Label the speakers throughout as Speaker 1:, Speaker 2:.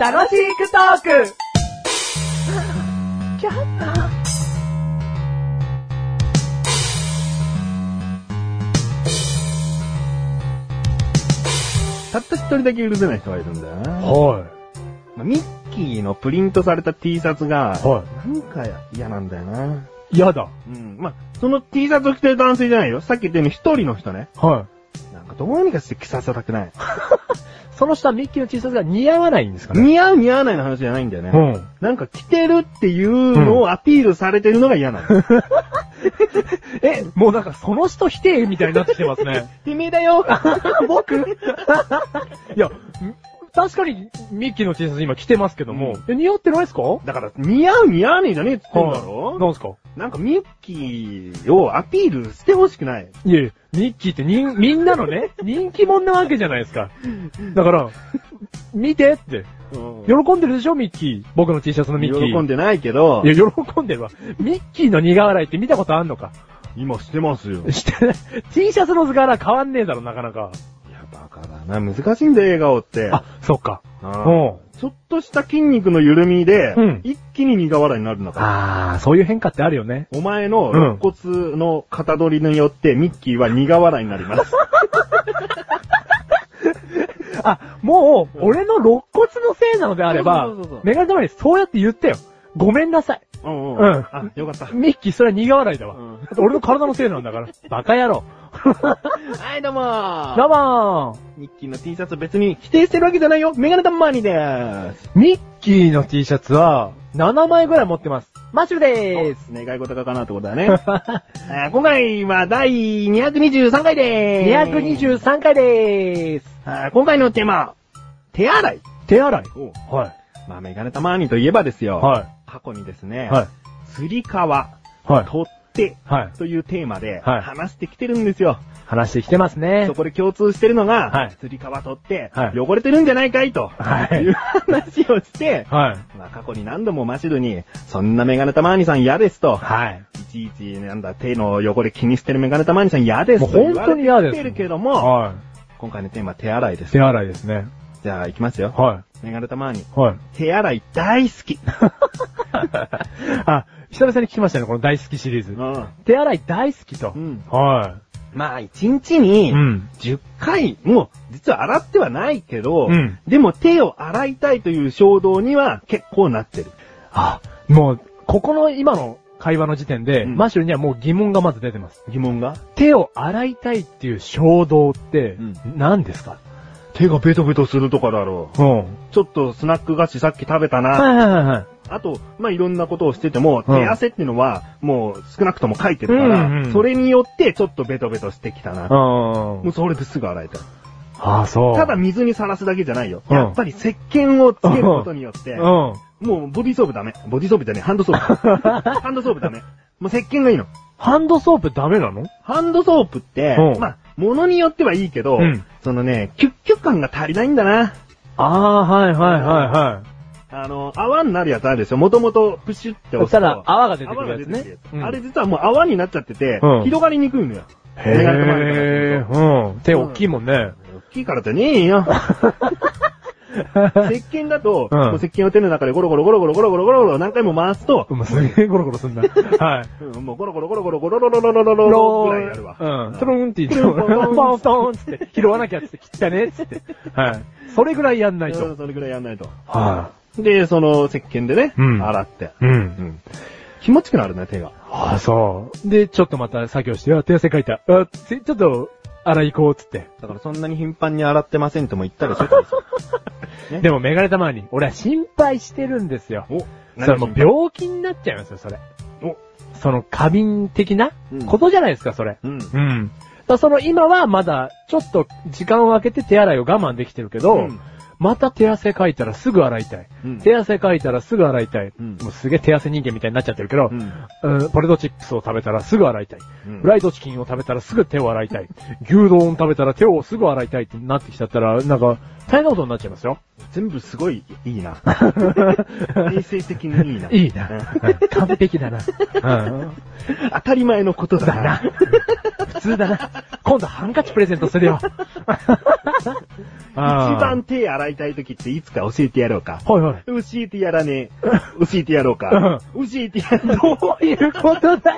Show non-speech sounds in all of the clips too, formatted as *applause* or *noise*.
Speaker 1: 楽しくトーク
Speaker 2: たった一人だけ許せない人がいるんだよな。
Speaker 3: は
Speaker 2: まあミッキーのプリントされた T シャツが、
Speaker 3: い。は
Speaker 2: なんか嫌なんだよな。
Speaker 3: い。嫌だ。
Speaker 2: うん。まあ、その T シャツを着てる男性じゃないよ。さっき言ったように一人の人ね。
Speaker 3: は
Speaker 2: なんかどうにかして着させたく
Speaker 3: *laughs*
Speaker 2: ない。
Speaker 3: い。その下、ミッキーの T シャツが似合わないんですかね。
Speaker 2: 似合う似合わないの話じゃないんだよね。
Speaker 3: うん。
Speaker 2: なんか着てるっていうのをアピールされてるのが嫌なの。
Speaker 3: *laughs* え、もうなんかその人否定みたいになってきてます *laughs* ね。
Speaker 2: てめえだよ僕
Speaker 3: いや、ん確かにミッキーの T シャツ今着てますけども、え似合ってないですか
Speaker 2: だから似合う似合わねえじゃねえって言ってんだ
Speaker 3: は
Speaker 2: ろ
Speaker 3: いなんすか
Speaker 2: なんかミッキーをアピールしてほしくない。
Speaker 3: いえ、ミッキーってにん、みんなの *laughs* ね、人気者なわけじゃないですか。だから、見てって。喜んでるでしょ、ミッキー。僕の T シャツのミッキー。
Speaker 2: 喜んでないけど、
Speaker 3: いや、喜んでるわ。ミッキーの苦笑いって見たことあんのか
Speaker 2: 今してますよ。
Speaker 3: してない T シャツの図柄変わんねえだろ、なかなか。
Speaker 2: いや、バカだな。難しいんだよ、笑顔って。
Speaker 3: あ、そっか。
Speaker 2: あー
Speaker 3: うん。
Speaker 2: ちょっとした筋肉の緩みで、
Speaker 3: うん
Speaker 2: 一気に苦笑いになるんだから。
Speaker 3: あー、そういう変化ってあるよね。
Speaker 2: お前の
Speaker 3: うん
Speaker 2: 肋骨の型取りによって、ミッキーは苦笑いになります。
Speaker 3: あ、もう、俺の肋骨のせいなのであれば
Speaker 2: そうそうそうそう、
Speaker 3: メガネたまにそうやって言ってよ。ごめんなさい。
Speaker 2: うん
Speaker 3: うん
Speaker 2: あ、よかった。
Speaker 3: ミッキー、それは苦笑いだ *laughs* わ。
Speaker 2: うん
Speaker 3: だって俺の体のせいなんだから。バカ野郎。
Speaker 2: はい、どうもー
Speaker 3: どうもー。
Speaker 2: ミッキーの T シャツ別に否定してるわけじゃないよメガネたまーにでーす
Speaker 3: ミッキーの T シャツは、7枚ぐらい持ってます。マッシュルでーす。
Speaker 2: 願い事かなってことだね。えー今回は第223回でーす。
Speaker 3: 223回でーす。
Speaker 2: あー今回のテーマ、手洗い。
Speaker 3: 手洗いは
Speaker 2: まあ、メガネたまーにといえばですよ。
Speaker 3: い。は
Speaker 2: 過去にですね、
Speaker 3: い。はい。
Speaker 2: 釣り革、
Speaker 3: はい。
Speaker 2: 取って、
Speaker 3: はい。
Speaker 2: というテーマで、
Speaker 3: はい
Speaker 2: 話してきてるんですよ。
Speaker 3: 話してきてますね
Speaker 2: そ。こで共通してるのが、
Speaker 3: はい
Speaker 2: 釣り革取って、
Speaker 3: はい
Speaker 2: 汚れてるんじゃないかいと、、
Speaker 3: はいいう
Speaker 2: 話をして、
Speaker 3: はい。
Speaker 2: まあ、過去に何度もマシルに、そんなメガネたまーにさん嫌ですと、
Speaker 3: はい。
Speaker 2: いちいち、なんだ、手の汚れ気にしてるメガネたまーにさん嫌です
Speaker 3: も
Speaker 2: と
Speaker 3: う本当に嫌で
Speaker 2: 言われ
Speaker 3: す。
Speaker 2: てきてるけども、
Speaker 3: は
Speaker 2: 今回のテーマ手洗いで
Speaker 3: い。
Speaker 2: す。
Speaker 3: 手洗いですね。
Speaker 2: じゃあ、行きますよ。
Speaker 3: は
Speaker 2: メガネたまーに、
Speaker 3: い。はい。
Speaker 2: 手洗い大好き。
Speaker 3: あ、久々に聞きましたね、この大好きシリーズ。
Speaker 2: う
Speaker 3: 手洗い大好きと。
Speaker 2: ん。
Speaker 3: は
Speaker 2: まあ、一日
Speaker 3: い。
Speaker 2: に、
Speaker 3: ん。
Speaker 2: 10回、もう、実は洗ってはないけど、
Speaker 3: うん
Speaker 2: でも手を洗いたいという衝動には結構なってる。
Speaker 3: あ、もう、ここの今の会話の時点で、
Speaker 2: うん
Speaker 3: マッシュルにはもう疑問がまず出てます。
Speaker 2: 疑問が
Speaker 3: 手を洗いたいっていう衝動って
Speaker 2: うん、
Speaker 3: 何ですか
Speaker 2: 手がベトベトするとかだろう。
Speaker 3: うん。
Speaker 2: ちょっとスナック菓子さっき食べたな。
Speaker 3: はいはいはいはい。
Speaker 2: あと、まあ、いろんなことをしてても、
Speaker 3: うん
Speaker 2: 手汗っていうのは、もう少なくとも書いてるから、
Speaker 3: うんうん
Speaker 2: それによってちょっとベトベトしてきたな。
Speaker 3: う。
Speaker 2: もうんそれですぐ洗いたい。
Speaker 3: ああ、そう。
Speaker 2: ただ、水にさらすだけじゃないよ。
Speaker 3: うん
Speaker 2: やっぱり石鹸をつけることによって、
Speaker 3: うん。
Speaker 2: もうボディーソープダメ。ボディーソープじゃねえ、ハンドソー
Speaker 3: *laughs*
Speaker 2: プ。ハンドソープダメ。もう石鹸がいいの。
Speaker 3: ハンドソープダメなの
Speaker 2: ハンドソープって、
Speaker 3: うん
Speaker 2: まあ、ものによってはいいけど、
Speaker 3: うん
Speaker 2: そのね、キュッキュッ感が足りないんだな。
Speaker 3: ああ、はいはいはいはい。
Speaker 2: あの、泡になるやつあるでしょ。もともとプシュって
Speaker 3: そ
Speaker 2: 押
Speaker 3: し
Speaker 2: すと。
Speaker 3: たら泡が出てく
Speaker 2: 泡
Speaker 3: る
Speaker 2: が
Speaker 3: や
Speaker 2: 出
Speaker 3: つ
Speaker 2: てくる
Speaker 3: ね
Speaker 2: やつ。あれ実はもう泡になっちゃってて、
Speaker 3: うん
Speaker 2: 広がりにくいのよ。メガネとマ
Speaker 3: へ
Speaker 2: ネ
Speaker 3: え、うん。手大きいもんね。
Speaker 2: 大きいからじゃねえよ。石鹸だと、
Speaker 3: うん
Speaker 2: こう石鹸を手の中でゴロゴロゴロゴロゴロゴロゴロゴロ何回も回すと、
Speaker 3: うん、すげえゴロゴロ
Speaker 2: *laughs*
Speaker 3: すんな。はい。
Speaker 2: うんもうゴロゴロゴロゴロゴロゴロゴロゴロゴロぐらいやるわ。
Speaker 3: うん。トロンって言って、ポンポンっつって、拾わなきゃっつって、切ったねっつって。はい。それぐらいやんない
Speaker 2: そ
Speaker 3: と。
Speaker 2: うそれぐらいやんないと。
Speaker 3: は
Speaker 2: で、その石鹸でね、
Speaker 3: うん
Speaker 2: 洗って。
Speaker 3: い。うん。
Speaker 2: うん気持ちくなるね、手が。
Speaker 3: ああ、そう。で、ちょっとまた作業して、あ、手汗かいた。あ、ちちょっと、洗い行こうっつって。
Speaker 2: だからそんなに頻繁に洗ってませんとも言ったでしょ、え
Speaker 3: でも、メガネたまに、俺は心配してるんですよ。
Speaker 2: お、
Speaker 3: それもう病気になっちゃいますよ、それ。
Speaker 2: お
Speaker 3: その、過敏的な
Speaker 2: うん
Speaker 3: ことじゃないですか、それ。
Speaker 2: うん。
Speaker 3: うん。だその今はまだちょっと時間を空けて手洗いを我慢できてるけど、
Speaker 2: うん
Speaker 3: また手汗かいたらすぐ洗いたい。
Speaker 2: うん
Speaker 3: 手汗かいたらすぐ洗いたい。
Speaker 2: うん
Speaker 3: もうすげえ手汗人間みたいになっちゃってるけど、
Speaker 2: うん
Speaker 3: うんポテトチップスを食べたらすぐ洗いたい。
Speaker 2: うん
Speaker 3: フライドチキンを食べたらすぐ手を洗いたい。牛丼を食べたら手をすぐ洗いたいってなってきちゃったら、なんか大変なことになっちゃいますよ。
Speaker 2: 全部すごいいい *laughs* な。衛生的 *laughs* にいいな。
Speaker 3: いいな。うん *laughs* 完
Speaker 2: *laughs*
Speaker 3: 璧だな。うん
Speaker 2: 当たり前のことだ
Speaker 3: だな。
Speaker 2: な。
Speaker 3: 普通だな。今度ハンカチプレゼントするよ。あー
Speaker 2: 一番手洗いたい時っていつか教えてやろうか。
Speaker 3: はいはい。
Speaker 2: 教えてやらねえ。教えてやろうか。教えてやろうか。
Speaker 3: どういうことだ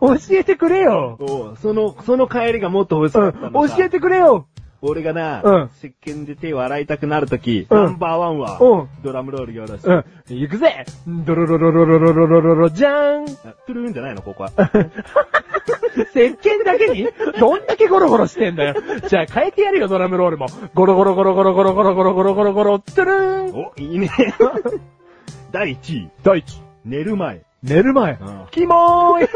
Speaker 3: 教えてくれよ。
Speaker 2: そうその、その帰りがもっと欲しかったの
Speaker 3: 教
Speaker 2: さ
Speaker 3: えてくれよ。
Speaker 2: 俺がな、
Speaker 3: うん
Speaker 2: 石鹸で手を洗いたくなるとき、
Speaker 3: うん
Speaker 2: ナンバーワンは、
Speaker 3: うん
Speaker 2: ドラムロールよろしい。
Speaker 3: うん。行くぜドロロロロロロロロロロじゃーん石
Speaker 2: あトゥルーンじゃないの、ここは。
Speaker 3: 鹸だけにどんだけゴロゴロしてんだよ。じゃあ変えてやるよ、ドラムロールも。ゴロゴロゴロゴロゴロゴロゴロゴロゴロゴロ、トゥルーン
Speaker 2: お、いい
Speaker 3: *laughs*
Speaker 2: ね。第1位、
Speaker 3: 第一、
Speaker 2: 寝る前。
Speaker 3: 寝る
Speaker 2: う
Speaker 3: 前
Speaker 2: ん
Speaker 3: キモーい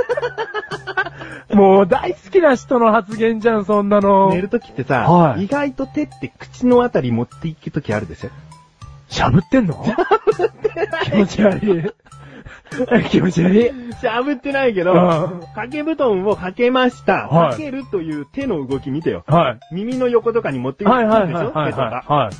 Speaker 3: *laughs* もう大好きな人の発言じゃん、そんなの。
Speaker 2: 寝るときってさ、
Speaker 3: はい
Speaker 2: 意外と手って口のあたり持っていくときあるでしょ。
Speaker 3: しゃぶってんのしゃぶってない。 *laughs* 気持ち悪い。気持ち悪い。
Speaker 2: しゃぶってないけど、
Speaker 3: うん
Speaker 2: 掛け布団をかけました。
Speaker 3: はい
Speaker 2: かけるという手の動き見てよ。
Speaker 3: はい。
Speaker 2: 耳の横とかに持っていくでしょ、
Speaker 3: はいはいはいは
Speaker 2: 手
Speaker 3: い
Speaker 2: とか。
Speaker 3: は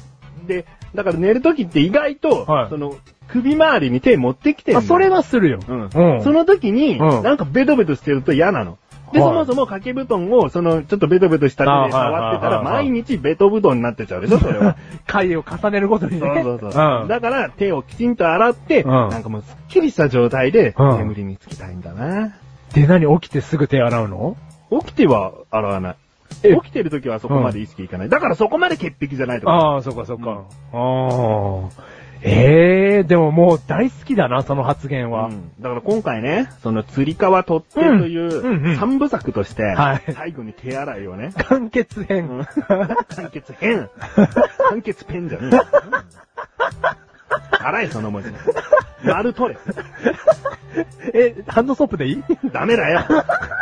Speaker 2: で、だから寝るときって意外と、
Speaker 3: はい
Speaker 2: その、首周りに手持ってきて
Speaker 3: い。
Speaker 2: る
Speaker 3: あ、それはするよ。
Speaker 2: うん。
Speaker 3: うん
Speaker 2: その時に、
Speaker 3: うん
Speaker 2: なんかベトベトしてると嫌なの。で、
Speaker 3: はい
Speaker 2: そもそも掛け布団を、その、ちょっとベトベトした手で触ってた
Speaker 3: あは
Speaker 2: ら、
Speaker 3: いはいはいはい
Speaker 2: 毎日ベト布団になってちゃうでしょ、それは。
Speaker 3: *laughs* 回を重ねることにね。
Speaker 2: *laughs* そうそうそう。
Speaker 3: ん。
Speaker 2: だから、手をきちんと洗って、
Speaker 3: うん
Speaker 2: なんかもうすっきりした状態で、
Speaker 3: うん
Speaker 2: 眠りにつきたいんだな。
Speaker 3: で、何起きてすぐ手洗うの
Speaker 2: 起きては洗わない。
Speaker 3: え
Speaker 2: 起きてる時はそこまで意識いかない。だからそこまで潔癖じゃないとか。
Speaker 3: ああ、そっかそっか。ああ。ええ、でももう大好きだな、その発言は
Speaker 2: う。んだから今回ね、その釣り革取ってとい
Speaker 3: うんうんう
Speaker 2: うん三部作として、
Speaker 3: はい
Speaker 2: 最後に手洗いをね、
Speaker 3: 完結編。
Speaker 2: 完結編完結ペンじゃねえ。荒いその文字。丸取れ。
Speaker 3: え、ハンドソープでいい
Speaker 2: ダメだよ。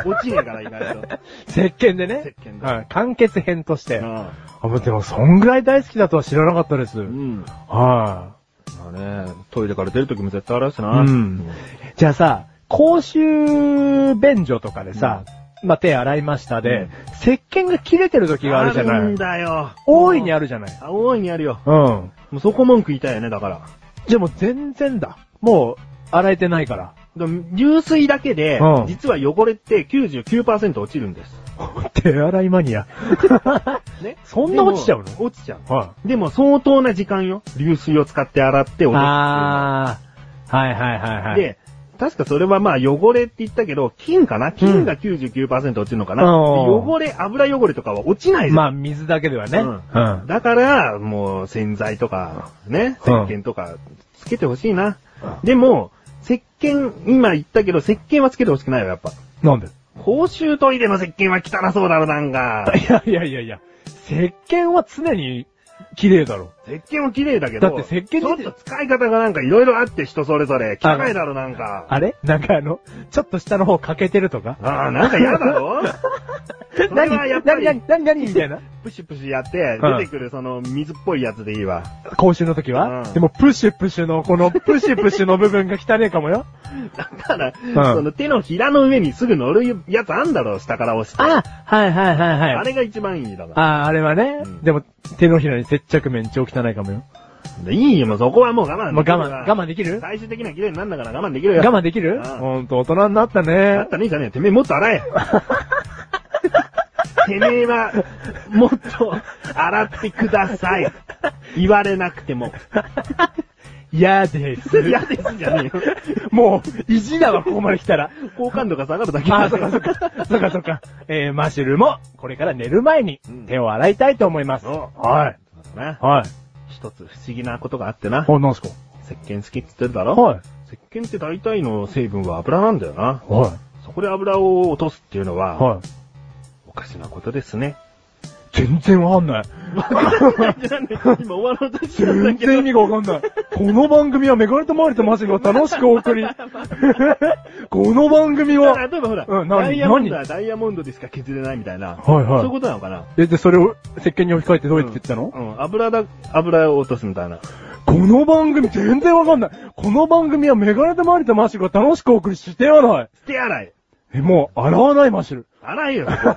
Speaker 2: 落ちねえから意外と。
Speaker 3: 石鹸でね。
Speaker 2: 石鹸で
Speaker 3: はい。完結編として。
Speaker 2: うん
Speaker 3: あ、もうでも、そんぐらい大好きだとは知らなかったです。
Speaker 2: うん。ま
Speaker 3: は
Speaker 2: あね、トイレから出るときも絶対洗うしな。
Speaker 3: うんい。じゃあさ、公衆便所とかでさ、まあ、手洗いましたで、
Speaker 2: うん
Speaker 3: 石鹸が切れてる時があるじゃ
Speaker 2: ある
Speaker 3: なんい。
Speaker 2: だよ。
Speaker 3: 大いにあ
Speaker 2: る。
Speaker 3: るじゃない。
Speaker 2: 大いにあるよ。
Speaker 3: うん。
Speaker 2: もうそこ文句言いたいよね、だから。
Speaker 3: じゃあもう全然だ。もう、洗えてないから。 *laughs*
Speaker 2: でも流水だけで
Speaker 3: う、ん
Speaker 2: 実は汚れって99%落ちるんです。
Speaker 3: 手洗いマ
Speaker 2: *laughs*
Speaker 3: ニア。
Speaker 2: ね。
Speaker 3: そんな落ちちゃうの
Speaker 2: でも落ちちゃう。
Speaker 3: は
Speaker 2: でも相当な時間よ。流水を使って洗って落とすっていう
Speaker 3: い。
Speaker 2: のは
Speaker 3: あー。はいはいはいはい。、
Speaker 2: で、確かそれはまあ汚れって言ったけど、菌かな菌が99%落ちるのかな、
Speaker 3: うん
Speaker 2: で汚れ、油汚れとかは落ちないじゃん
Speaker 3: まあ水だけではね。
Speaker 2: う
Speaker 3: うんん。
Speaker 2: だから、もう洗剤とか、ね、石
Speaker 3: うん
Speaker 2: 鹸とかつけてほしいな。
Speaker 3: うん
Speaker 2: でも、石鹸、今言ったけど、石鹸はつけてほしくないよ、やっぱ。
Speaker 3: なんで
Speaker 2: 公衆トイレの石鹸は汚そうだろ、なんか。
Speaker 3: いやいやいやいや、石鹸は常に綺麗だろ。
Speaker 2: 石鹸も綺麗だけど、
Speaker 3: だって石鹸
Speaker 2: ちょっと使い方がなんかいろいろあって人それぞれ、汚いだろ、なんか。
Speaker 3: あれなんかあの、ちょっと下の方欠けてるとか
Speaker 2: ああ、なんか嫌だろそれはやっぱ
Speaker 3: 何
Speaker 2: り
Speaker 3: 何何何みたいな。
Speaker 2: プシュプシュやって、
Speaker 3: うん
Speaker 2: 出てくるその水っぽいやつでいいわ。
Speaker 3: 講習の時は、
Speaker 2: うん
Speaker 3: でも、プッシュプシュの、
Speaker 2: *laughs*
Speaker 3: この、プシュプシュの部分が汚ねえかもよ。
Speaker 2: だから、
Speaker 3: ん
Speaker 2: その手のひらの上にすぐ乗るやつあんだろ、下から押して。
Speaker 3: あ、はいはいはい
Speaker 2: あ
Speaker 3: はい。
Speaker 2: れが一番いいだか
Speaker 3: あ、あれはね、
Speaker 2: うん
Speaker 3: でも、手のひらに接着面超汚いかもよ。
Speaker 2: ら。いいよ、もうそこはもう我慢
Speaker 3: もう我
Speaker 2: できる
Speaker 3: 慢、
Speaker 2: わ
Speaker 3: 我慢できる
Speaker 2: 最終的には綺麗になんだから我慢できるよ。
Speaker 3: 我慢できる
Speaker 2: うん
Speaker 3: ほんと、大人になった
Speaker 2: だ
Speaker 3: ね
Speaker 2: っ。たねえじゃねえ。てめえもっと
Speaker 3: *laughs*
Speaker 2: 洗え。てめえは、もっと洗ってください。言われなくても。
Speaker 3: 嫌です。
Speaker 2: 嫌ですじゃねえよ。
Speaker 3: もう、意地だわ、ここまで来たら。
Speaker 2: 好感度が下がるだけ
Speaker 3: ああ、そっかそっか。そっかそっか。えー、マシュルも、これから寝る前に
Speaker 2: うん、
Speaker 3: 手を洗いたいと思います。
Speaker 2: お
Speaker 3: はい。
Speaker 2: そうだな。
Speaker 3: はい。
Speaker 2: 一つ不思議なことがあってな。
Speaker 3: あ、なんすか
Speaker 2: 石鹸好きって言ってるだろ
Speaker 3: はい。
Speaker 2: 石鹸って大体の成分は油なんだよな。
Speaker 3: は
Speaker 2: そこで油を落とすっていうの
Speaker 3: い。
Speaker 2: は、
Speaker 3: はい。
Speaker 2: おかしなことですね。
Speaker 3: 全然わか
Speaker 2: *laughs*
Speaker 3: んない。
Speaker 2: 今終わろうとしてたんだ
Speaker 3: 全
Speaker 2: け
Speaker 3: 然
Speaker 2: ど
Speaker 3: 意。味がわかんない。この番組はメガネとマリとマジが楽しくお
Speaker 2: *laughs*
Speaker 3: 送り。この番組は、
Speaker 2: 例えばほら、
Speaker 3: うん何
Speaker 2: ダイヤモンドはダイヤモンドでしか削れないみたいな。
Speaker 3: はいはい
Speaker 2: そういうことなのかな。
Speaker 3: え、で、それを石鹸に置き換えてどうやって言ったの、
Speaker 2: うん、油だ、油を落とすみたいな。
Speaker 3: この番組全然わかんない。この番組はメガネとマリとマシュが楽しくお送りしてやない。
Speaker 2: 手洗い。
Speaker 3: え、もう、洗わないマシュル。
Speaker 2: 洗いよ。そこ